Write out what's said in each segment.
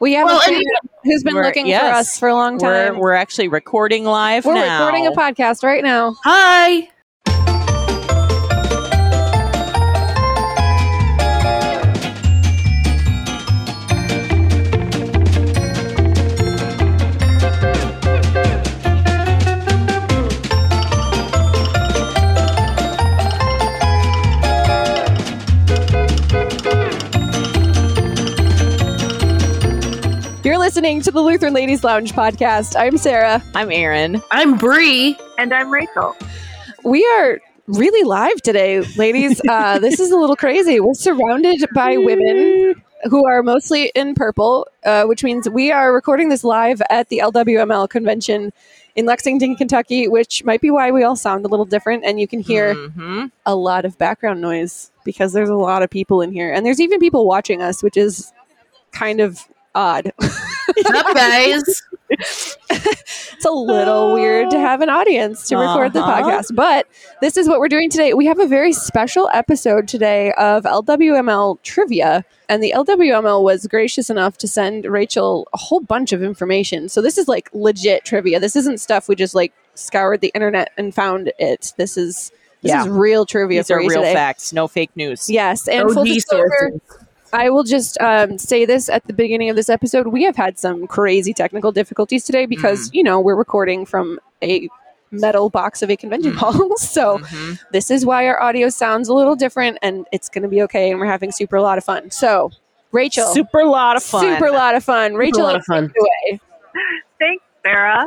We have Well, a and friend who's been We're- looking for yes. us for a long time. We're, we're actually recording live We're now. recording a podcast right now. Hi. You're listening to the Lutheran Ladies Lounge podcast. I'm Sarah. I'm Erin. I'm Bree. And I'm Rachel. We are really live today, ladies. Uh, this is a little crazy. We're surrounded by women who are mostly in purple, uh, which means we are recording this live at the LWML convention in Lexington, Kentucky, which might be why we all sound a little different. And you can hear Mhm. a lot of background noise because there's a lot of people in here. And there's even people watching us, which is kind of odd. What's up, guys? it's a little weird to have an audience to record the Oh. Uh-huh. podcast. But this is what we're doing today. We have a very special episode today of LWML trivia. And the LWML was gracious enough to send Rachel a whole bunch of information. So this is like legit trivia. This isn't stuff we just like scoured the internet and found it. This is this Yeah. is real trivia These for are you real today. facts, no fake news. Yes, and full OG disclosure, sources. I will just um, say this at the beginning of this episode. We have had some crazy technical difficulties today Mm-hmm. because, you know, we're recording from a metal box of a convention Mm. hall. So Mhm. this is why our audio sounds a little different and it's going to be okay. And we're having super a lot of fun. So, Rachel. super lot of fun. Super lot of fun. Rachel, a lot of fun. away. Thanks, Sarah.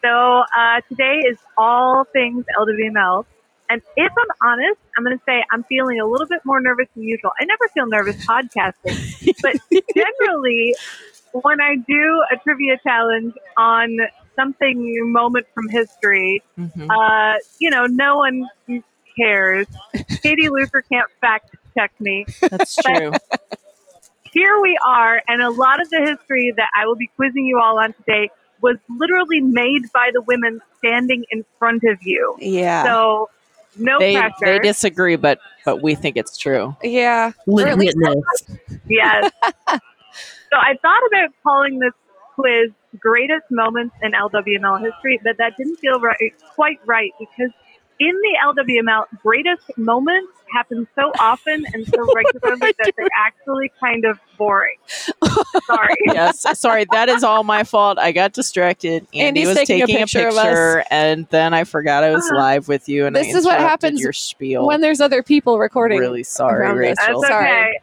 So uh, today is all things LWML. And if I'm honest, I'm going to say I'm feeling a little bit more nervous than usual. I never feel nervous podcasting, but generally, when I do a trivia challenge on something moment from history, Mhm. uh, you know, no one cares. Katie Luther can't fact check me. That's true. here we are, and a lot of the history that I will be quizzing you all on today was literally made by the women standing in front of you. Yeah. So, no they pressure. they disagree, but but we think it's true. yeah. Or at least- Legitness. yes. so, I thought about calling this quiz Greatest Moments in LWML History, but that didn't feel right, quite right because in the LWML, greatest moments happen so often and so regularly that they're actually kind of boring. Sorry. Yes, sorry, that is all my fault. I got distracted. Andy Andy's was taking a picture of us. and then I forgot I was live with you. And I This is what interrupted happens Your spiel. When there's other people recording. really sorry, around us. That's Rachel. Sorry. okay.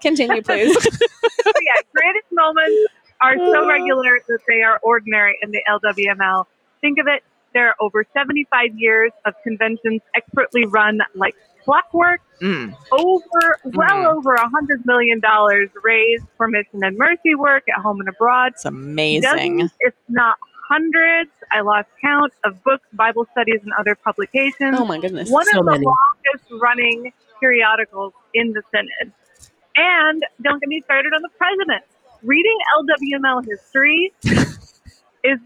Continue, please. But yeah, greatest moments are so regular that they are ordinary in the LWML. Think of it, there are over 75 years of conventions expertly run like clockwork, Mm. over, well Mhm. over a $100 million raised for mission and mercy work at home and abroad. It's amazing. Dozens, if not hundreds, I lost count, of books, Bible studies, and other publications. oh my goodness. One So of the many. longest running periodicals in the Synod. And don't get me started on the president. Reading LWML history is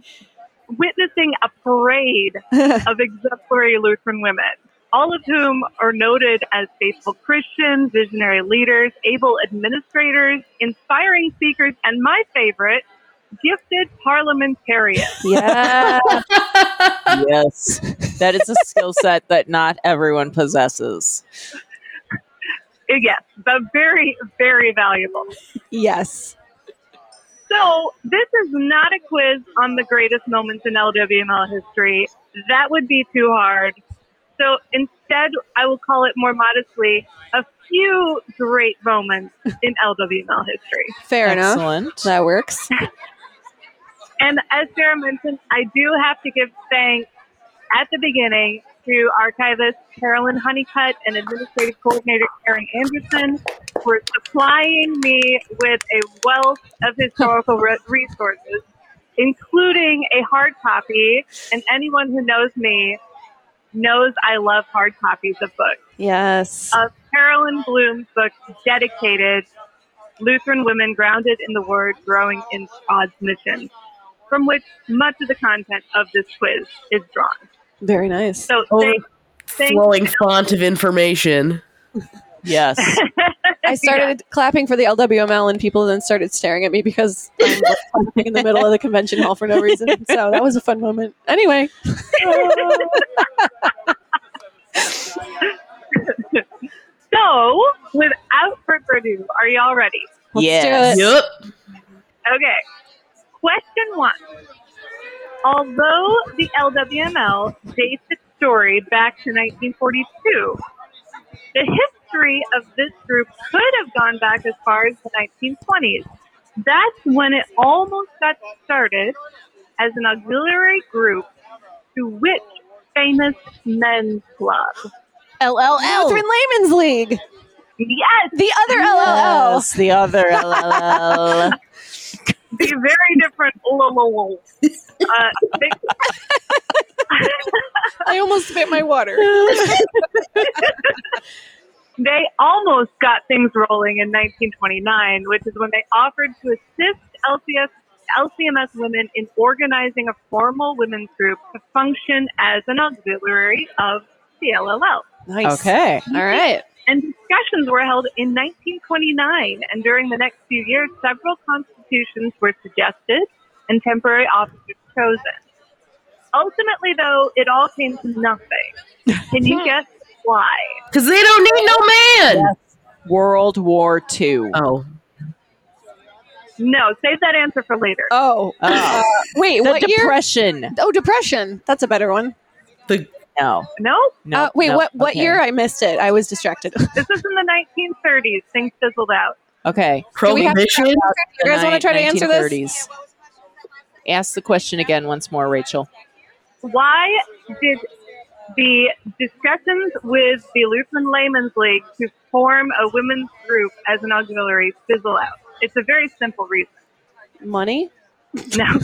witnessing a parade of exemplary Lutheran women, all of whom are noted as faithful Christians, visionary leaders, able administrators, inspiring speakers, and my favorite, gifted parliamentarians. Yeah. yes. That is a skill set that not everyone possesses. Yes, but very, very valuable. yes. So, this is not a quiz on the greatest moments in LWML history. That would be too hard. So, instead, I will call it more modestly a few great moments in LWML history. Fair enough. Excellent. That works. And as Sarah mentioned, I do have to give thanks at the beginning to archivist Carolyn Honeycutt and administrative coordinator Karen Anderson for supplying me with a wealth of historical re- resources, including a hard copy. And anyone who knows me knows I love hard copies of books Yes. of Carolyn Bloom's book dedicated Lutheran women grounded in the word growing in God's mission, from which much of the content of this quiz is drawn. Very nice. So thank, thank Flowing font of information. Yes. I started clapping for the LWML, and people then started staring at me because I'm like, clapping in the middle of the convention hall for no reason. So that was a fun moment. Anyway, So, without further ado, are y'all ready? Let's yes. do Yep. Okay. Question one. Although the LWML dates its story back to 1942, the history of this group could have gone back as far as the 1920s. That's when it almost got started as an auxiliary group to which famous men's club? LLL. Lutheran Layman's League. Yes, The other LLL. Yes, the other LLL. the very different. Uh, they- I almost spit my water. they almost got things rolling in 1929, which is when they offered to assist LCS, LCMS women in organizing a formal women's group to function as an auxiliary of the LLL. Nice. okay. All right. And discussions were held in 1929, and during the next few years, several constitutions were suggested and temporary officers chosen. Ultimately, though, it all came to nothing. Can you guess why? Because they don't need no man. World War II. Oh. No, save that answer for later. Oh. Oh. Wait, the what year? Depression. Oh, Depression. That's a better one. No. No, No. uh, wait, no. what, what Okay. year? I missed it. I was distracted. Do This is in the 1930s. Things fizzled out. Okay. we have to- Prohibition. you guys want to try to answer this? 1930s. Ask the question again once more, Rachel. Why did the discussions with the Lutheran Laymen's League to form a women's group as an auxiliary fizzle out? It's a very simple reason. Money? No.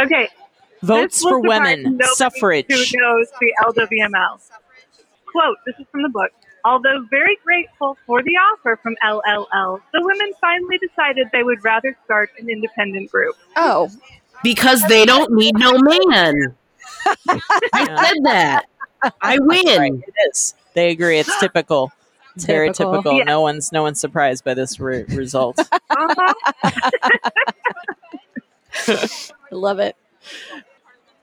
okay. Votes this was for the part women. nobody Who Suffrage. knows the LWML? Quote, this is from the book. Although very grateful for the offer from LLL, the women finally decided they would rather start an independent group. Oh. Because they don't need no man. I said that. I Right, win. it is. They agree. It's typical. It's very Typical. typical. Yeah. No one's no one's surprised by this re- result. Uh-huh. I love it.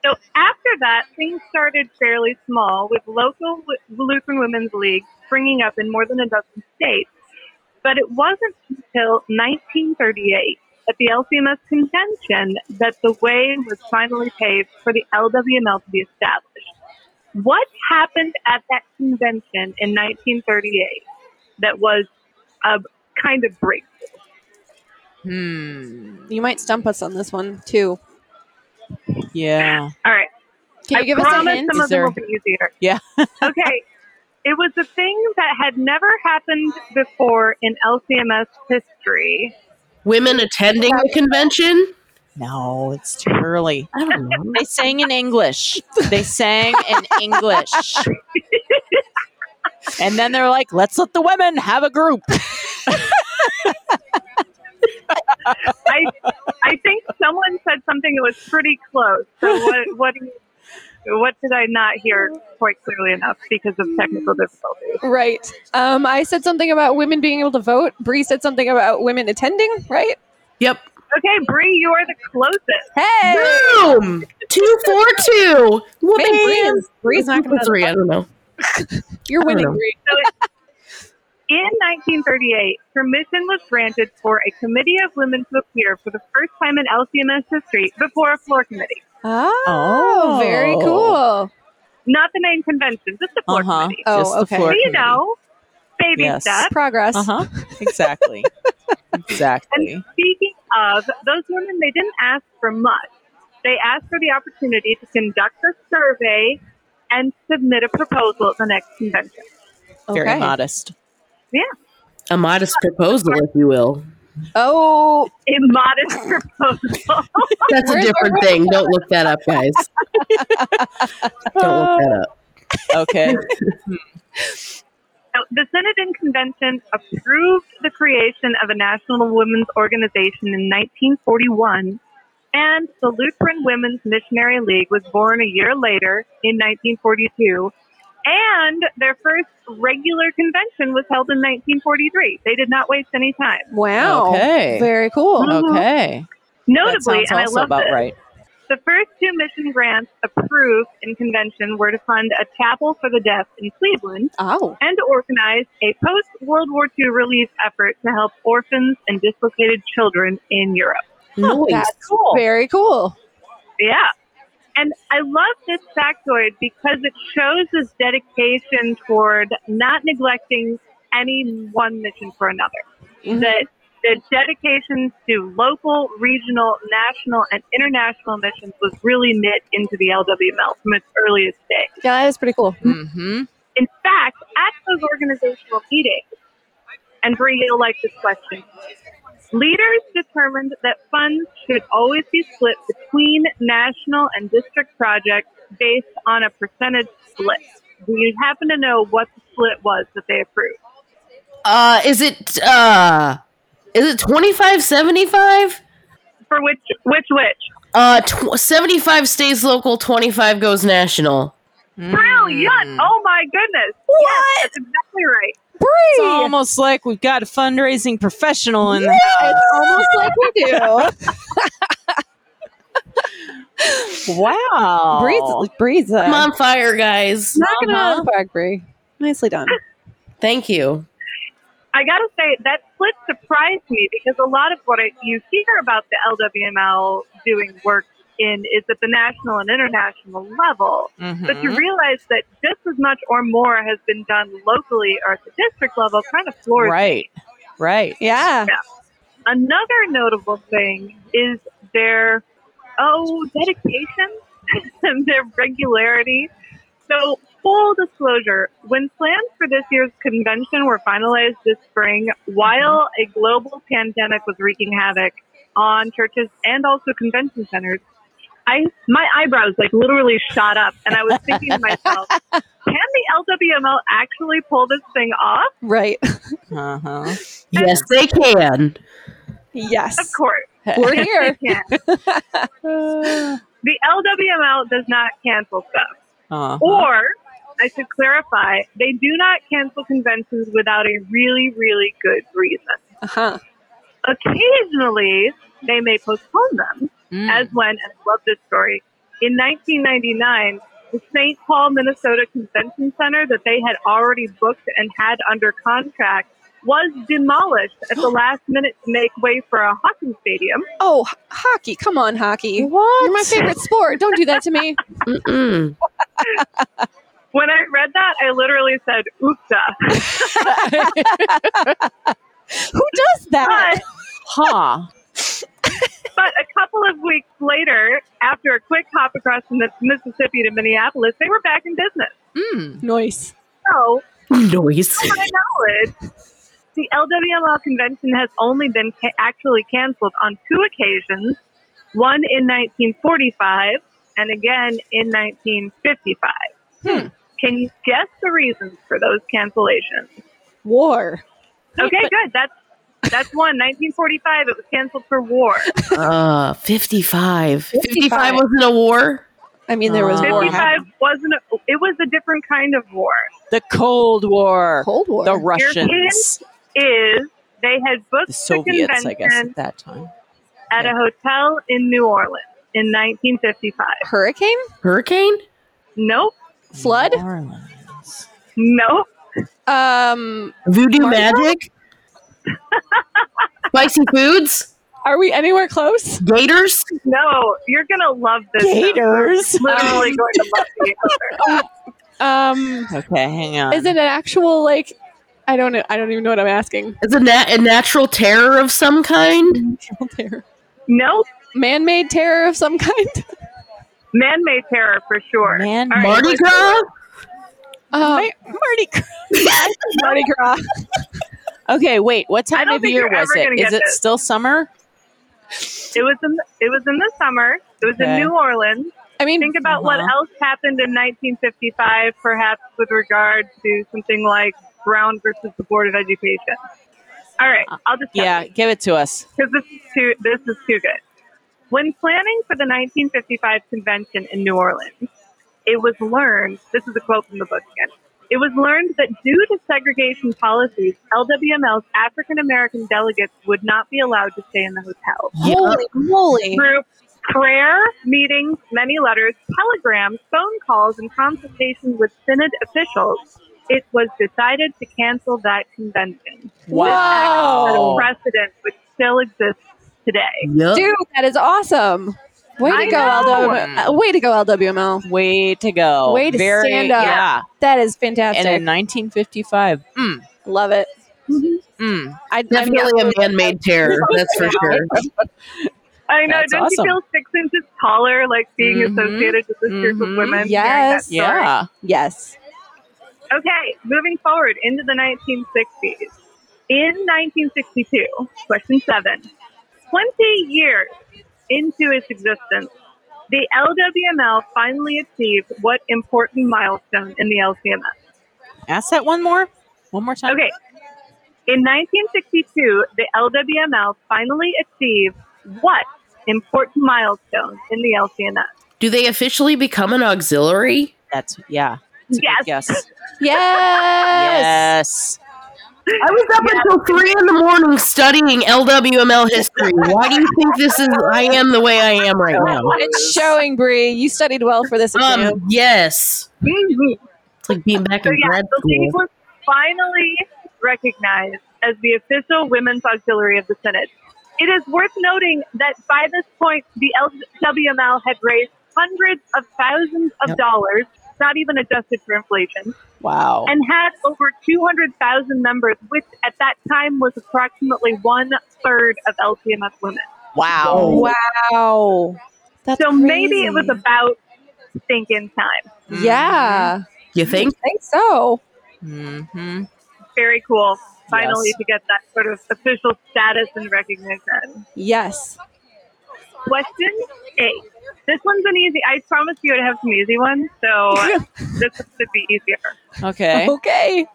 So after that, things started fairly small with local w- Lutheran Women's League springing up in more than a dozen states. But it wasn't until 1938 at the LCMS convention that the way was finally paved for the LWML to be established. What happened at that convention in 1938 that was a kind of break? hmm. You might stump us on this one, too. Yeah. All right. Can you I give us a promise hint? some Is of them there- will be easier. Yeah. okay. It was a thing that had never happened before in LCMS history. Women attending the convention. No, it's too early. I don't know. They sang in English. They sang in English. And then they're like, let's let the women have a group. I I think someone said something that was pretty close. So what what do you- what did I not hear quite clearly enough because of technical difficulties? Right. Um, I said something about women being able to vote. Bree said something about women attending, right? Yep. Okay, Bree, you are the closest. Hey! Boom. Two four two. Woman. Man, Bree is, Bree's Two not for going to. three. I don't know. You're I don't winning, know. Bree. In 1938, permission was granted for a committee of women to appear for the first time in LCMS history before a floor committee. Oh, Oh. very cool. Not the main convention, just the floor Uh-huh. committee. Oh, Just the okay. floor you committee. know, baby Yes. steps. Progress. Uh huh. Exactly. exactly. Speaking of, those women, they didn't ask for much. They asked for the opportunity to conduct a survey and submit a proposal at the next convention. Very Okay. modest. A modest proposal, if you will. Oh, Immodest proposal. That's a Where's different thing. Don't look that up, guys. Don't look that up. Okay. So the Senate and Convention approved the creation of a national women's organization in 1941, and the Lutheran Women's Missionary League was born a year later in 1942 And their first regular convention was held in 1943. They did not waste any time. Wow. Okay. Very cool. Okay. that Notably, sounds and I also love about this, right. the first two mission grants approved in convention were to fund a chapel for the deaf in Cleveland Oh. and to organize a post World War II relief effort to help orphans and dislocated children in Europe. Nice. That's Cool. very cool. Yeah. And I love this factoid because it shows this dedication toward not neglecting any one mission for another. Mhm. That the dedication to local, regional, national, and international missions was really knit into the LWML from its earliest days. Yeah, that is pretty cool. Mm-hmm. In fact, at those organizational meetings, and Bree, you'll like this question. Leaders determined that funds should always be split between national and district projects based on a percentage split. Do you happen to know what the split was that they approved? Uh, is it uh, is it twenty five seventy five? For which, which, which? Uh, tw- seventy five stays local, twenty five goes national. Hmm. Brilliant! Oh my goodness! What? Yes, that's exactly right. It's almost like we've got a fundraising professional in the It's almost like we do. Wow. Bree's, Bree's uh, I'm on fire, guys. knocking it out of the park, Bree. Nicely done. Thank you. I gotta say that split surprised me because a lot of what I, you hear about the LWML doing work in is at the national and international level, but you Mhm. realize that just as much or more has been done locally or at the district level. Kind of floors. me. Right. Right. Yeah. Another notable thing is their oh dedication, and their regularity. So full disclosure, when plans for this year's convention were finalized this spring, while a global pandemic was wreaking havoc on churches and also convention centers, I my eyebrows like literally shot up and I was thinking to myself, can the LWML actually pull this thing off? Right. Uh-huh. Yes, they can. Of Yes. course. We're Yes, here. they can. The LWML does not cancel stuff. Uh-huh. Or, I should clarify, they do not cancel conventions without a really, really good reason. Uh-huh. Occasionally, they may postpone them, Mm. as when, and I love this story, in 1999, the St. Paul, Minnesota Convention Center that they had already booked and had under contract was demolished at the last minute to make way for a hockey stadium. Oh, h- hockey. Come on, hockey. What? You're my favorite sport. Don't do that to me. Mm-mm. When I read that, I literally said, oopsa. Who does that? But Huh. But a couple of weeks later, after a quick hop across from the Mississippi to Minneapolis, they were back in business. Mm. Nice. So, Noise. to my knowledge, the LWML convention has only been ca- actually canceled on two occasions one in 1945 and again in 1955. Can you guess the reasons for those cancellations? War. Okay, good. That's that's one. 1945, it was canceled for war. Uh, 55. 55. 55 wasn't a war. I mean, there was Uh, war. Fifty- 55 wasn't, a, it was a different kind of war. The Cold War. Cold War. The Russians. is they had booked The the, Soviets, I guess, convention at that time. at a hotel in New Orleans in 1955. Hurricane? Hurricane? Nope, Flood? New Orleans. nope. Um, Voodoo Margo? magic? Spicy foods? are we anywhere close? Gators? No, you're gonna love this. Gators? number. literally going to love the answer. Um, Okay, hang on. is it an actual like? I don't know. I don't even know what I'm asking. Is a, nat- a natural terror of some kind? Nope, Man-made terror of some kind. man-made terror for sure. Man- All Mardi wait, Gras? Um, Mardi Gras? Mardi Gras. Okay, wait. What I time don't of think year you're was ever it? gonna Is get it this. still summer? It was in it was in the summer. It was Okay. in New Orleans. I mean, Think about what Uh-huh. else happened in 1955, perhaps with regard to something like Brown versus the Board of Education. All right, I'll just Yeah, give it to us. because this is too this is too good. When planning for the 1955 convention in New Orleans, it was learned, this is a quote from the book again, it was learned that due to segregation policies, LWML's African American delegates would not be allowed to stay in the hotel. Holy moly. Through prayer, meetings, many letters, telegrams, phone calls, and consultations with Synod officials, it was decided to cancel that convention. That Wow. precedent which still exists today. Yup. Dude, that is awesome. Way to I go, know. LWML. Way to go, LWML. Way to go. Way to Very, stand up. Yeah. That is And fantastic. in 1955, mm, Love it. mm. I, I'm Definitely not- a man made terror, that's for sure. I know. That's don't awesome. you feel six inches taller, like being Mhm. associated with this group of Mhm. women? hearing Yes. that story? Yeah. Yes. Okay, moving forward into the 1960s. In 1962, question seven, 20 years into its existence, the LWML finally achieved what important milestone in the LCMS? Ask that one more. One more time. Okay, in 1962, the LWML finally achieved what important milestone in the LCMS? Do they officially become an auxiliary? That's, yeah. That's a good guess. Yes. Yes. yes. Yes. I was up until three in the morning studying LWML history. Why do you think this is? I am the way I am right now. It's showing, Bree. You studied well for this exam. Um, yes, it's like being back Mm-hmm. So in yeah, grad the league school. was finally recognized as the official women's auxiliary of the Senate. It is worth noting that by this point, the LWML had raised hundreds of thousands of Yep. dollars, not even adjusted for inflation, Wow. and had over 200,000 members, which at that time was approximately one third of LCMS women. wow. wow. That's So maybe crazy. it was about thinking time. Yeah. You think? I think so. Mm-hmm. Very cool. Finally, Yes. to get that sort of official status and recognition. Yes. Question eight. This one's an easy. I promised you I'd have some easy ones, so this should be easier. Okay. Oh, Okay.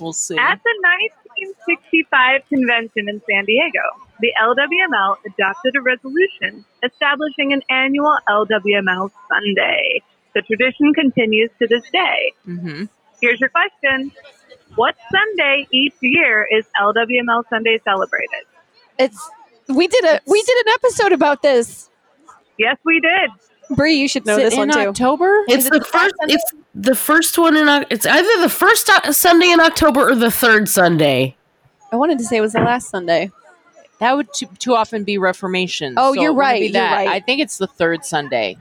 We'll see. At the 1965 convention in San Diego, the LWML adopted a resolution establishing an annual LWML Sunday. The tradition continues to this day. Mm-hmm. Here's your question. What Sunday each year is LWML Sunday celebrated? It's we did a we did an episode about this. Yes, we did. Bree, you should know Is it this in one too. October? It's it the the first. It's the first one in. Oc- It's either the first o- Sunday in October or the third Sunday. I wanted to say it was the last Sunday. That would too, too often be Reformation. Oh, so you're it wouldn't right, be you're that. right. I think it's the third Sunday,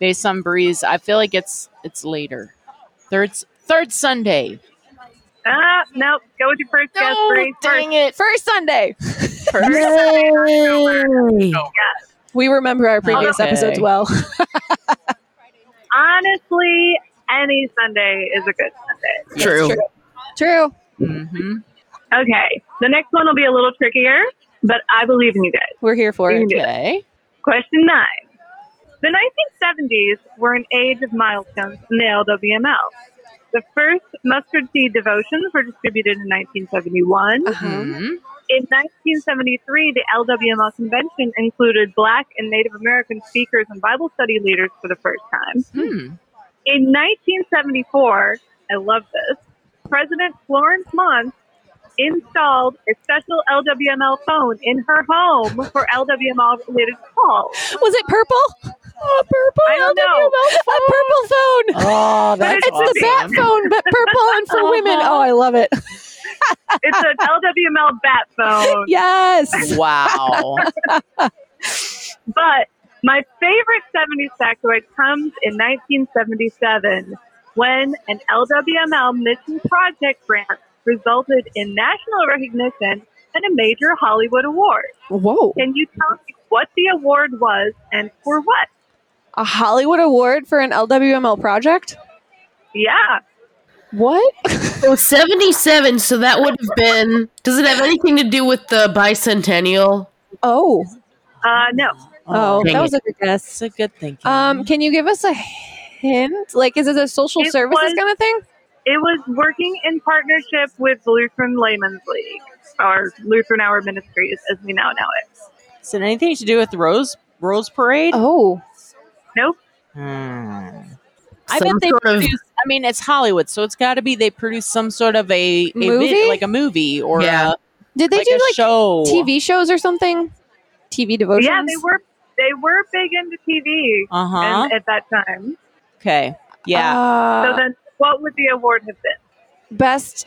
based on Breeze. I feel like it's it's later. Third s- third Sunday. Ah, nope. Go with your first guess, Bree. First. it! First Sunday. Yay. We remember our previous Okay. episodes well. Honestly, any Sunday is a good Sunday. True. True. hmm Okay, the next one will be a little trickier, but I believe in you guys. We're here for it. Okay. Question nine. The 1970s were an age of milestones in the LWML. The first mustard seed devotions were distributed in 1971. Uh-huh. Mhm. In 1973, the LWML convention included Black and Native American speakers and Bible study leaders for the first time. Mm-hmm. Hmm. In 1974, I love this, President Florence Mons installed a special LWML phone in her home for LWML related calls. Was it purple? Oh, purple. I don't know. A purple phone. Oh, that's it's the bat phone, but purple and for women. Oh, I love it. It's an LWML bat phone. Yes. Wow. But my favorite 70s factoid comes in 1977 when an LWML mission project grant resulted in national recognition and a major Hollywood award. Whoa. Can you tell me what the award was and for what? A Hollywood award for an LWML project? Yeah. What? So seventy-seven. So that would have been. Does it have anything to do with the bicentennial? Oh. Uh, no. Oh, dang that it. was a good guess. That's a good thinking. Um, can you give us a hint? Like, is it a social It services was- kind of thing? It was working in partnership with the Lutheran Layman's League, or Lutheran Hour Ministries, as we now know it. Is it anything to do with the Rose Rose Parade? Oh, Nope. Hmm. I bet some they sort of produce. I mean, it's Hollywood, so it's got to be they produce some sort of a, a vid- Movie? like a movie or Yeah. a, Did they like do a like show. TV shows or something? TV devotions. Yeah, they were they were big into TV Uh huh. and, Uh-huh. at that time. Okay. Yeah. Uh, so then, what would the award have been? best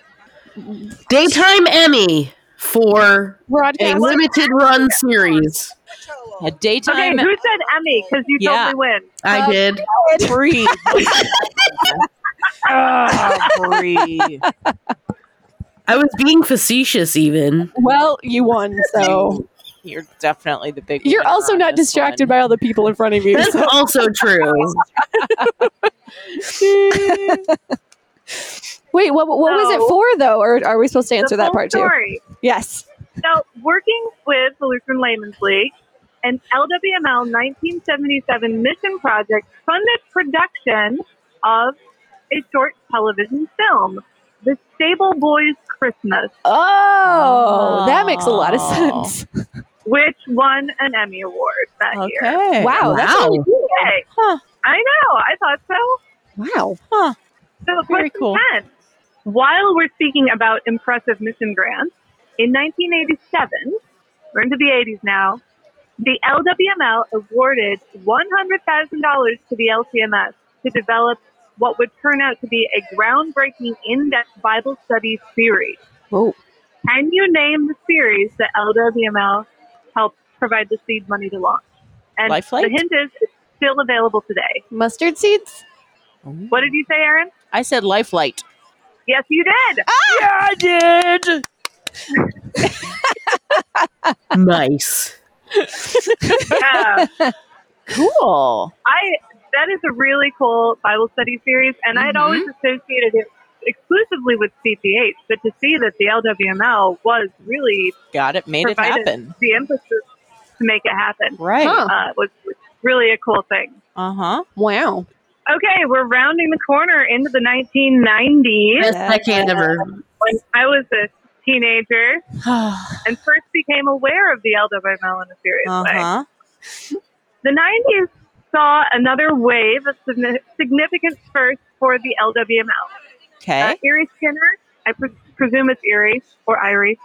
daytime Emmy for a broadcast. limited run series. a daytime okay, who said Emmy? Because you Yeah. totally win. I Uh, did. breathe. Ah, breathe. I was being facetious, even. Well, you won, so You're definitely the big. you're winner also on not this distracted one. by all the people in front of you. That's so- also true. Wait, what, what was it No. for though? Or are we supposed to answer the that full part too? story. Yes. So, working with the Lutheran Layman's League, an LWML 1977 mission project funded production of a short television film, The Stable Boys Christmas, Oh, that makes a lot of Oh. sense. which won an Emmy Award that year. Okay. Wow, that's Wow. really cool. Okay. Huh. I know. I thought so. Wow. So Very question cool. 10. While we're speaking about impressive mission grants, in 1987, we're into the 80s now, the LWML awarded $100,000 to the LCMS to develop what would turn out to be a groundbreaking in-depth Bible study series. Oh. Can you name the series that LWML helped provide the seed money to launch? And Lifelike? the hint is it's still available today. Mustard seeds? What did you say, Aaron? I said lifelight. Yes, you did. Yeah, I did. nice. Yeah. Cool. I that is a really cool Bible study series, and I'd Mhm. always associated it exclusively with CPH, but to see that the LWML was really Got it. Made provided it happen. the emphasis to make it happen Right. Huh. uh, was was really a cool thing. Uh huh. Wow. Okay, we're rounding the corner into the 1990s Best I can ever. when I was a teenager uh and first became aware of the LWML in a serious way. huh. The 90s saw another wave of signi- significant firsts for the LWML. Uh, Okay. Erie Skinner, I pre- presume it's Erie or Irie.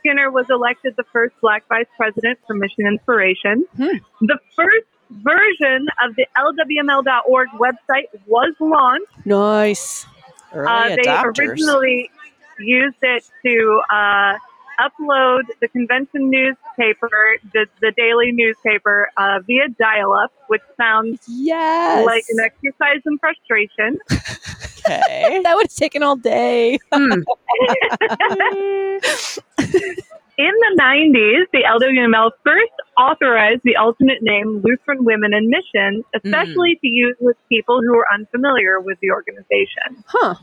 Skinner was elected the first black vice president for Mission Inspiration. Hmm. The first version of the LWML.org website was launched. Nice. Early Uh, they adopters. originally used it to uh, upload the convention newspaper, the, the daily newspaper, uh, via dial up, which sounds Yes. like an exercise in frustration. okay. that would have taken all day. Hmm. In the 90s, the LWML first authorized the alternate name Lutheran Women in Mission, especially to use with people who are unfamiliar with the organization. Huh.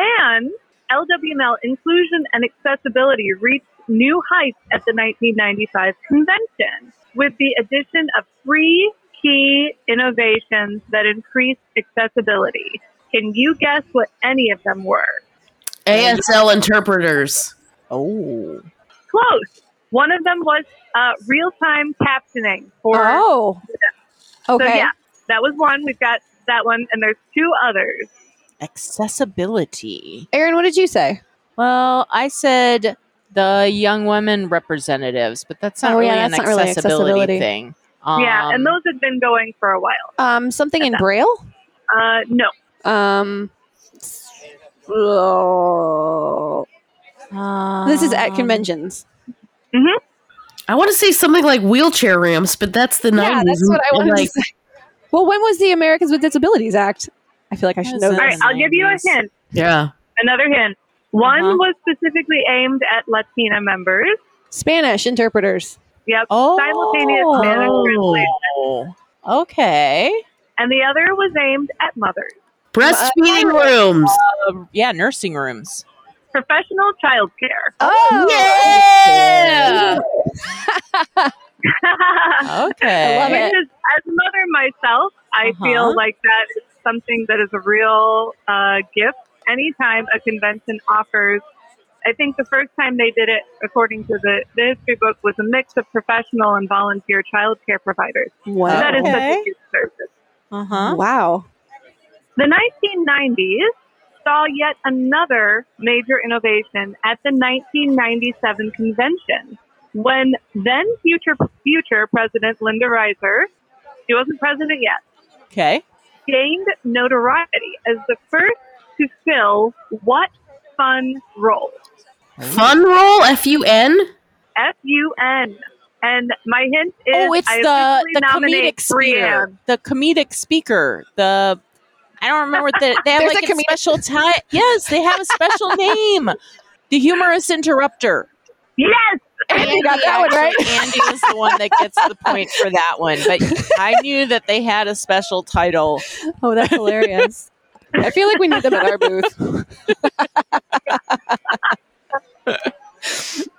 And LWML inclusion and accessibility reached new heights at the 1995 convention with the addition of three key innovations that increased accessibility. Can you guess what any of them were? ASL interpreters. Oh. close. One of them was uh, real time captioning. For oh. so Okay. yeah, that was one. We've got that one, and there's two others. Accessibility. Aaron, what did you say? Well, I said the young women representatives, but that's not Oh, really yeah, an that's not really accessibility, accessibility. thing. Um, yeah, and those have been going for a while. Um, something in Braille? Uh, no, Um, oh. uh, This is Um, at conventions. I want to say something like wheelchair ramps, but that's the 90s. Yeah, that's what I And, wanted like, to say. Well, when was the Americans with Disabilities Act? I feel like I should know All this. all right, I'll give you a 90s. hint. Yeah. Another hint. One Uh-huh. was specifically aimed at Latina members. Spanish interpreters. Yep. Oh. Simultaneous manner translation. Okay. And the other was aimed at mothers. uh, Breastfeeding rooms. Uh, yeah, nursing rooms. Professional child care. Oh, Yeah. Okay. I love it. Which is, as a mother myself, I Uh-huh. feel like that is something that is a real uh, gift. Anytime a convention offers, I think the first time they did it, according to the, the history book, was a mix of professional and volunteer Oh, childcare providers. Wow. That is such Okay. Mm-hmm. a huge service. Uh huh. Wow. The 1990s saw yet another major innovation at the 1997 convention when then future future President Linda Reiser, she wasn't president yet, Okay. gained notoriety as the first to fill what fun role? Fun roll, F U N. F U N. And my hint is oh, it's I the officially the nominate comedic speaker. Brienne. The comedic speaker. The I don't remember that they have There's like a a, comedic- special time. Yes, they have a special name. The humorous interrupter. Yes, You got that one right. actually- Andy was the one that gets the point for that one. But I knew that they had a special title. Oh, that's hilarious. I feel like we need them at our booth.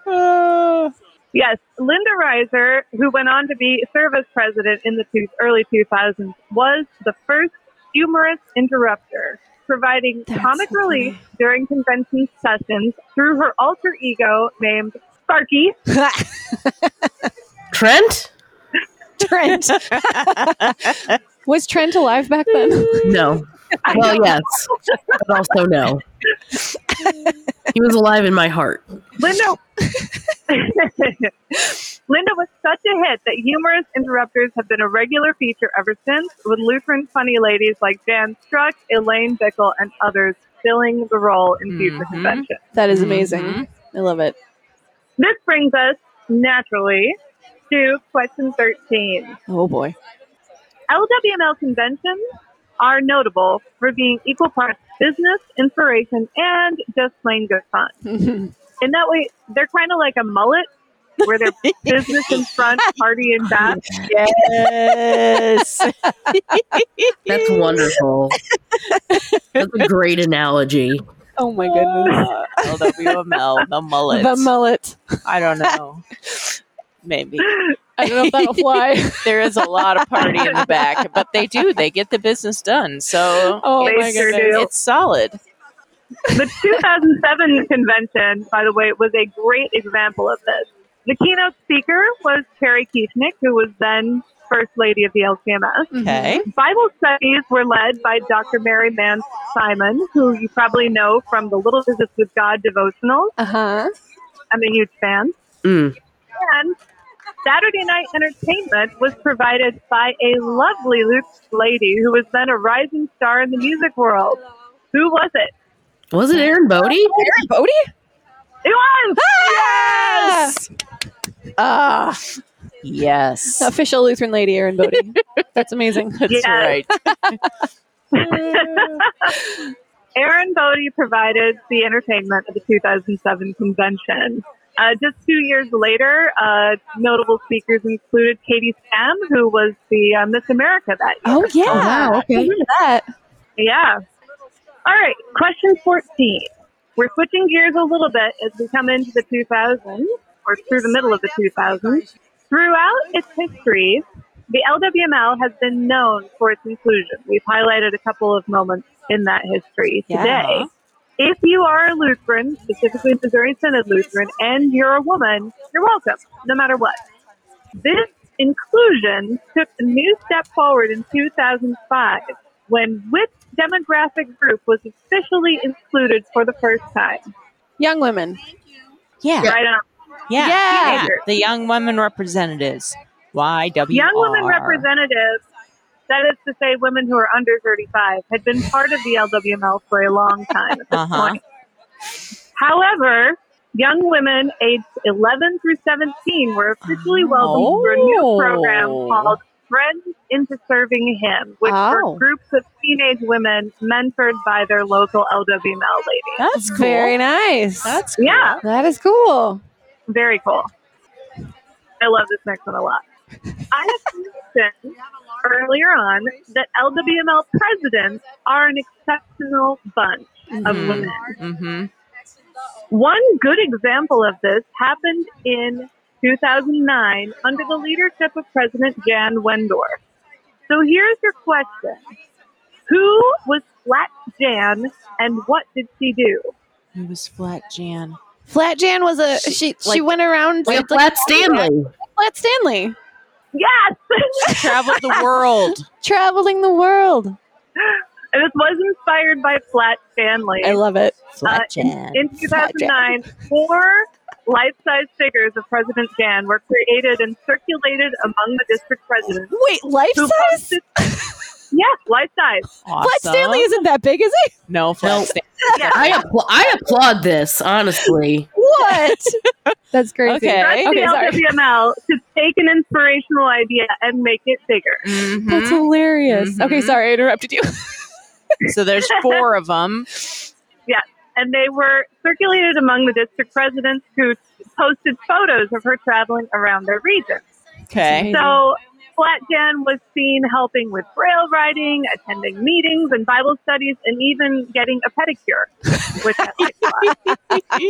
Uh, yes. Linda Reiser, who went on to be service president in the two, early 2000s, was the first humorous interrupter, providing That's comic so relief during convention sessions through her alter ego named Sparky. Trent? Trent. Was Trent alive back then? No. Well, yes, but also no. He was alive in my heart. Linda Linda was such a hit that humorous interrupters have been a regular feature ever since, with Lutheran funny ladies like Jan Struck, Elaine Bickel, and others filling the role in future Mhm. conventions. That is amazing. I love it. This brings us naturally to question 13. Oh boy. LWML conventions are notable for being equal parts business, inspiration, and just plain good fun. Oh, In that way, they're kind of like a mullet where they're business in front, party in back. Yes. That's wonderful. That's a great analogy. oh my goodness. Uh, LWML, the mullet. The mullet. I don't know. Maybe. I don't know if that'll fly. There is a lot of party in the back, but they do. They get the business done. So Oh They my sure goodness. do. it's solid. The 2007 convention, by the way, was a great example of this. The keynote speaker was Terry Keefnick, who was then First Lady of the LCMS. Mm-hmm. Okay. Bible studies were led by Dr. Mary Mann Simon, who you probably know from the Little Visits with God devotional. Uh huh. I'm a huge fan. Mm. And Saturday night entertainment was provided by a lovely Luke lady who was then a rising star in the music world. Who was it? Was it Aaron Bodie? Aaron Bodie? It was! Yes. Ah, Yes. official Lutheran lady Erin Bodie. That's amazing. That's Yes. right. Aaron Bodie provided the entertainment at the 2007 convention. Uh, just two years later, uh, notable speakers included Katie Sam, who was the uh, Miss America that year. Oh yeah. Look at that. Yeah. All right, question 14. We're switching gears a little bit as we come into the 2000s, or through the middle of the 2000s. Throughout its history, the LWML has been known for its inclusion. We've highlighted a couple of moments in that history Yeah. today. If you are a Lutheran, specifically Missouri Synod Lutheran, and you're a woman, you're welcome, no matter what. This inclusion took a new step forward in 2005 when which demographic group was officially included for the first time? Young women. Yeah. Right on. Yeah. Yeah. The young women representatives. YWR. Young women representatives, that is to say, women who are under 35, had been part of the LWML for a long time at this Uh-huh. point. However, young women aged 11 through 17 were officially welcomed to a new program Oh. called Friends into Serving Him, which Oh. were groups of teenage women mentored by their local LWML ladies. That's cool. Very nice. That's cool. Yeah. that is cool. Very cool. I love this next one a lot. I have mentioned earlier on that LWML presidents are an exceptional bunch of Mhm. women. Mm-hmm. One good example of this happened in 2009 under the leadership of President Jan Wendorf. So here's your question. Who was Flat Jan and what did she do? It was Flat Jan. Flat Jan was a she. she like- went around Like a Flat Stanley. Flat Stanley, Yes! Traveled the world. traveling the world. And this was inspired by Flat Stanley. I love it. Uh, Flat jam. In 2009, four life-size figures of President Jan were created and circulated among the district presidents. Wait, life Who size? posted- yes, life-size. Awesome. Flat Stanley isn't that big, is he? No, Flat No. Stanley. Yeah. I appl- I applaud this honestly. What? That's crazy. Okay. Trust Okay, sorry. the LWML to take an inspirational idea and make it bigger. Mhm. That's hilarious. Okay, Mhm. sorry, I interrupted you. So there's four of them. and they were circulated among the district presidents who posted photos of her traveling around their region. Okay. So Flat Jan was seen helping with braille writing, attending meetings and Bible studies, and even getting a pedicure. Which I like a lot.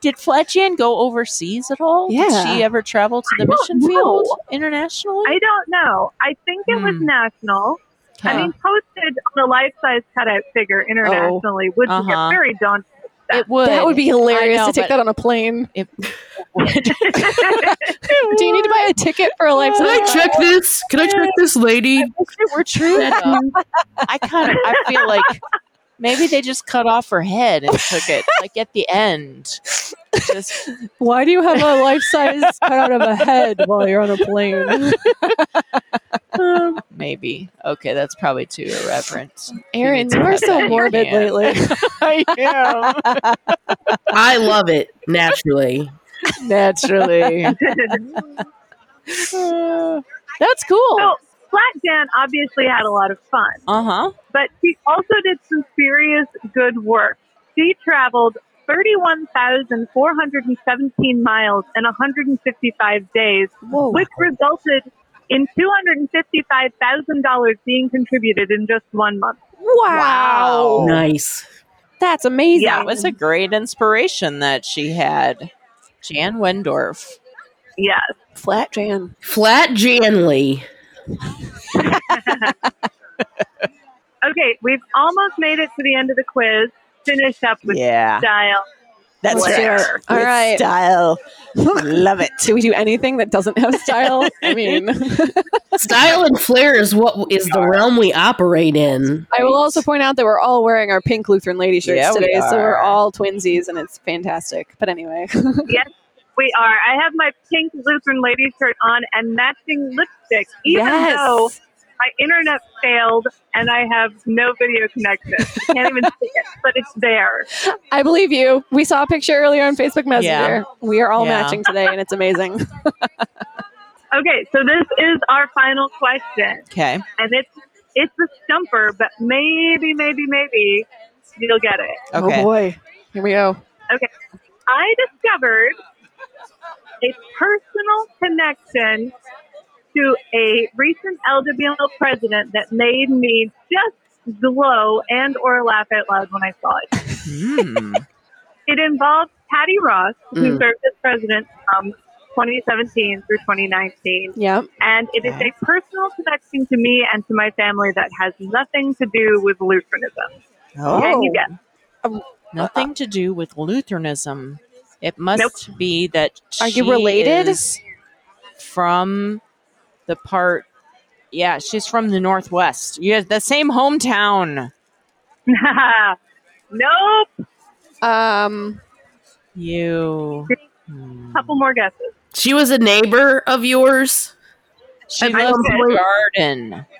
Did Fletchan go overseas at all? Did Yeah. she ever travel to the don't mission field know. internationally? I don't know. I think it was Hmm. national. I mean, posted on a life-size cutout figure internationally Oh. would be Uh-huh. a very daunting. it would. That would be hilarious I know, to take but- that on a plane. I Do you need to buy a ticket for a life Can I size? check this? Can I check this lady? If it were true, Um, though, I kind of I feel like maybe they just cut off her head and took it like at the end. Just Why do you have a life size cut out of a head while you're on a plane? maybe. Okay, that's probably too irreverent. Aaron, need to you are have that so in morbid your hand. lately. I am I love it naturally. naturally. don't know. That's cool. So Flat Jan obviously had a lot of fun. Uh huh. but she also did some serious good work. She traveled 31,417 miles in 155 days, Oh which resulted in $255,000 being contributed in just one month. wow. Nice. That's amazing. Yeah, That was a great inspiration that she had. Jan Wendorf. Yes. flat jam. Flat Janley. Okay, we've almost made it to the end of the quiz. Finish up with Yeah. style. That's Let's do right. it. All With right. Style. Love it. Do we do anything that doesn't have style? I mean, Style and flair is what is the realm we operate in. I will also point out that we're all wearing our pink Lutheran lady shirts Yeah, we today, so we're are. all twinsies, and it's fantastic. But anyway, We are. I have my pink Lutheran lady shirt on and matching lipstick, even though my internet failed and I have no video connection. I can't even see it, but it's there. I believe you. We saw a picture earlier on Facebook Messenger. We are all Yeah. matching today, and it's amazing. Okay, so this is our final question, Okay. and it's it's a stumper, but maybe, maybe, maybe you'll get it. Okay. Oh boy, here we go. I discovered a personal connection to a recent LWL president that made me just glow and or laugh out loud when I saw it. Hmm. It involves Patty Ross, who Mm. served as president from 2017 through 2019. Yeah. And it is Okay. a personal connection to me and to my family that has nothing to do with Lutheranism. And Oh. you guess. Nothing to do with Lutheranism. It must be that Are you she related? is from the part. Yeah, she's from the Northwest. Yeah, the same hometown. nope. Um. You. Hmm. Couple more guesses. She was a neighbor of yours. She I lives in don't- the garden.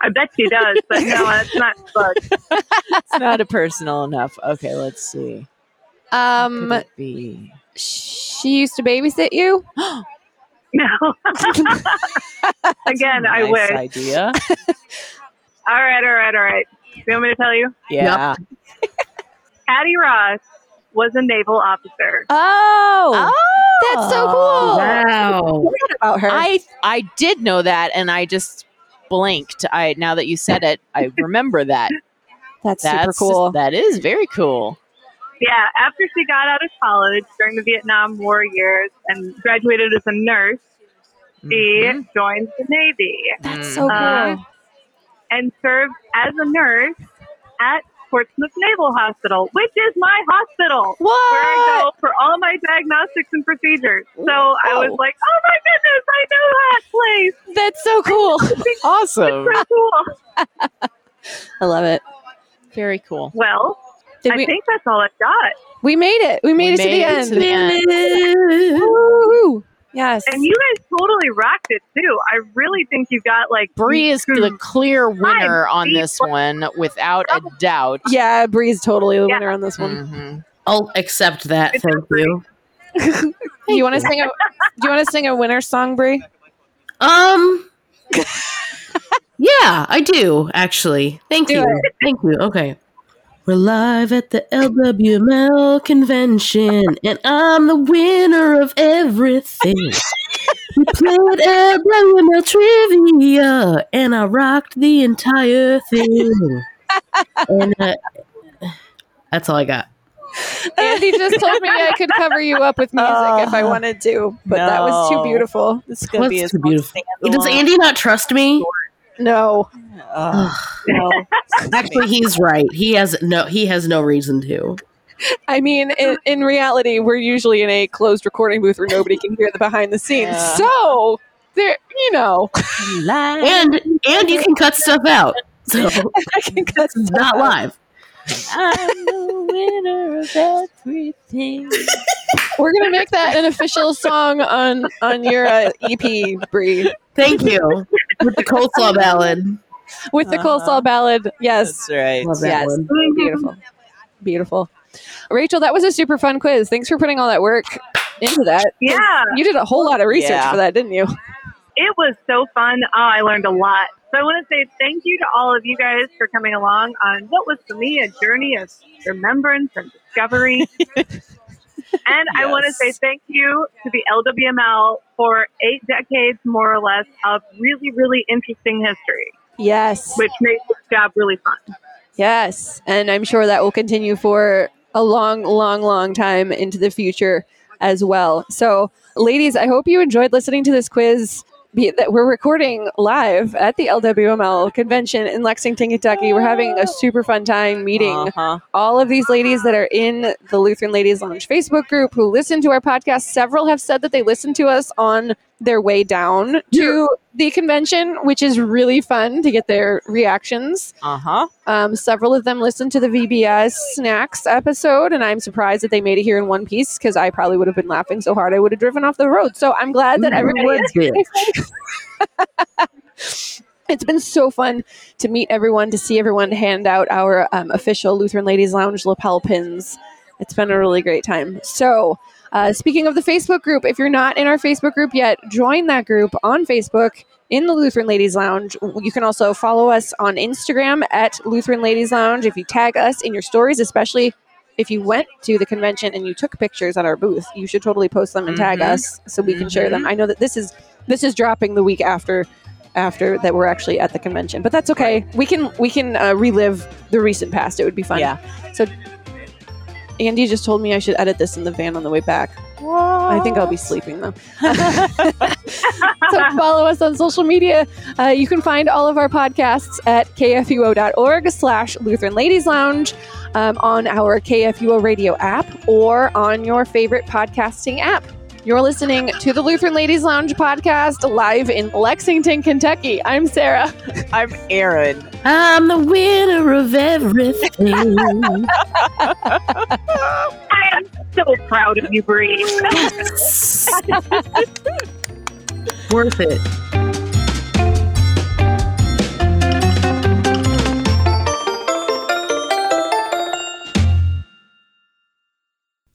I bet she does, but no, that's not close. It's not a personal enough. Okay, let's see. Could Um. it be? She used to babysit you. No. Again, I Nice wish. idea. All right, all right, all right. You want me to tell you? Yeah. Patty Ross was a naval officer. Oh, that's so Oh, cool. Wow. Forgot about her. I I did know that, and I just blinked. I now that you said it, I remember that. that's, super That's cool. That is very cool. Yeah, after she got out of college during the Vietnam War years and graduated as a nurse, she Mhm. joined the Navy that's Mm. so cool. Uh, and served as a nurse at Portsmouth Naval Hospital, which is my hospital. Where I what? go for all my diagnostics and procedures. So I was Wow. like, oh my goodness, I know that place. That's so cool. awesome. So cool. I love it. Very cool. Well, Did I we, think that's all I've got. we made it. We made We it to made the it end. to the end. Woo! Yes. And you guys totally rocked it too. I really think you got like Bree is you the clear winner on Bree this one without a doubt. yeah, Bree's totally the Yeah. winner on this one. Mhm. I'll accept that. It's Thank you. Do you want to sing a Do you want to sing a winner song, Bree? Um. yeah, I do actually. Thank Do you. Thank you. Okay. We're live at the LWML convention, and I'm the winner of everything. we played LWML trivia, and I rocked the entire thing. and uh, that's all I got. Andy just told me I could cover you up with music if I Oh, wanted to, but that was too no. beautiful. This is gonna What's be his too beautiful? own Does standalone. Andy not trust me? No, Ugh, no. Actually, he's right. He has no. He has no reason to. I mean, in, in reality, we're usually in a closed recording booth where nobody can hear the behind the scenes. Yeah. So there, you know, and and you can cut stuff out. So I can cut it's not live. I'm the winner of everything. We're gonna make that an official song on on your uh, EP, Bree, Thank you. With the coleslaw ballad. with the Uh-huh. coleslaw ballad. Yes, That's right. Love that Yes. one. Mm-hmm. beautiful, beautiful. Rachel, that was a super fun quiz. Thanks for putting all that work into that. Yeah, You did a whole lot of research Yeah. for that, didn't you? it was so fun. Oh, I learned a lot. So I want to say thank you to all of you guys for coming along on what was for me a journey of remembrance and discovery. and I want to Yes. say thank you to the LWML for eight decades, more or less, of really, really interesting history, Yes, which made this job really fun. yes, and I'm sure that will continue for a long, long, long time into the future as well. So, ladies, I hope you enjoyed listening to this quiz. be- That we're recording live at the LWML convention in Lexington, Kentucky. We're having a super fun time meeting Uh-huh. all of these ladies that are in the Lutheran Ladies Lounge Facebook group who listen to our podcast. Several have said that they listen to us on their way down to the convention, which is really fun to get their reactions. Uh-huh. Um, several of them listened to the VBS snacks episode, and I'm surprised that they made it here in one piece because I probably would have been laughing so hard I would have driven off the road. So I'm glad that everybody Woods bitch. It's been so fun to meet everyone, to see everyone hand out our um, official Lutheran Ladies Lounge lapel pins. It's been a really great time. So, uh, speaking of the Facebook group, if you're not in our Facebook group yet, join that group on Facebook in the Lutheran Ladies Lounge. You can also follow us on Instagram at Lutheran Ladies Lounge. If you tag us in your stories, especially if you went to the convention and you took pictures at our booth, you should totally post them and tag Mhm. us so we can share them. I know that this is this is dropping the week after after that we're actually at the convention, but that's okay. We can we can uh, relive the recent past. It would be fun. Yeah. Andy just told me I should edit this in the van on the way back. I think I'll be sleeping though. so follow us on social media. Uh, you can find all of our podcasts at kfuo.org slash Lutheran Ladies Lounge um, on our KFUO radio app or on your favorite podcasting app. You're listening to the Lutheran Ladies Lounge podcast live in Lexington, Kentucky. I'm Sarah. I'm Aaron. I'm the winner of everything. I am so proud of you, Bree. Worth it.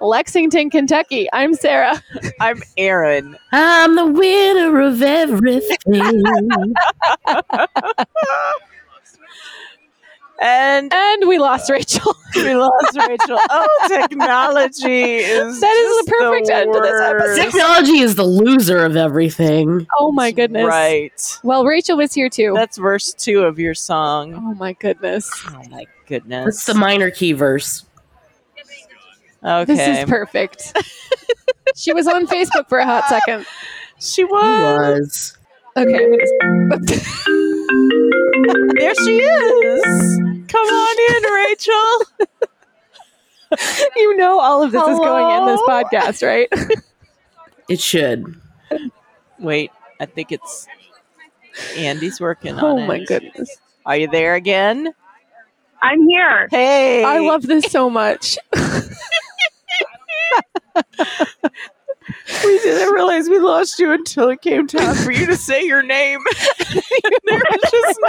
Lexington, Kentucky. I'm Sarah. I'm Aaron. I'm the winner of everything. And And we lost Rachel. we lost Rachel. Oh, technology is That is just the perfect end to this worst. episode. Technology is the loser of everything. Oh my goodness. Right. Well, Rachel was here too. That's verse two of your song. oh my goodness. Oh my goodness. That's the minor key verse. okay. This is perfect. she was on Facebook for a hot second. she He was. was. Okay. I'm gonna- There she is. Come on in, Rachel. you know all of this is going in this Hello? podcast, right? It should. Wait, I think it's Andy's working on oh it. my goodness. Are you there again? I'm here. Hey. I love this so much. We didn't realize we lost you until it came time for you to say your name. there was just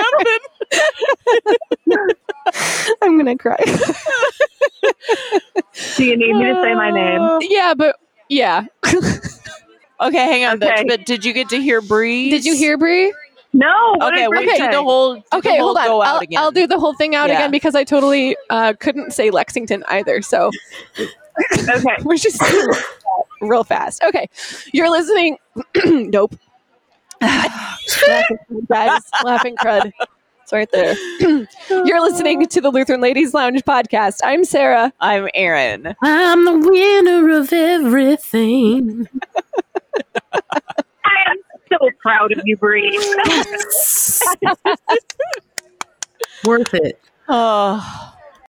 nothing. I'm going to cry. Do you need me to say my name? yeah, but yeah. Okay, hang on. Okay. But, but did you get to hear Bree? Did you hear Bree? No. what Okay, did we Bree Okay. do say? the whole. do the Okay, whole hold on. Go out I'll, again. I'll do the whole thing out Yeah. again because I totally uh, couldn't say Lexington either. So Okay. we're just real fast. Okay, you're listening. nope. laughing, guys, laughing crud. It's right there. you're listening to the Lutheran Ladies Lounge podcast. I'm Sarah. I'm Aaron. I'm the winner of everything. I am so proud of you, Bree. Worth it. Oh,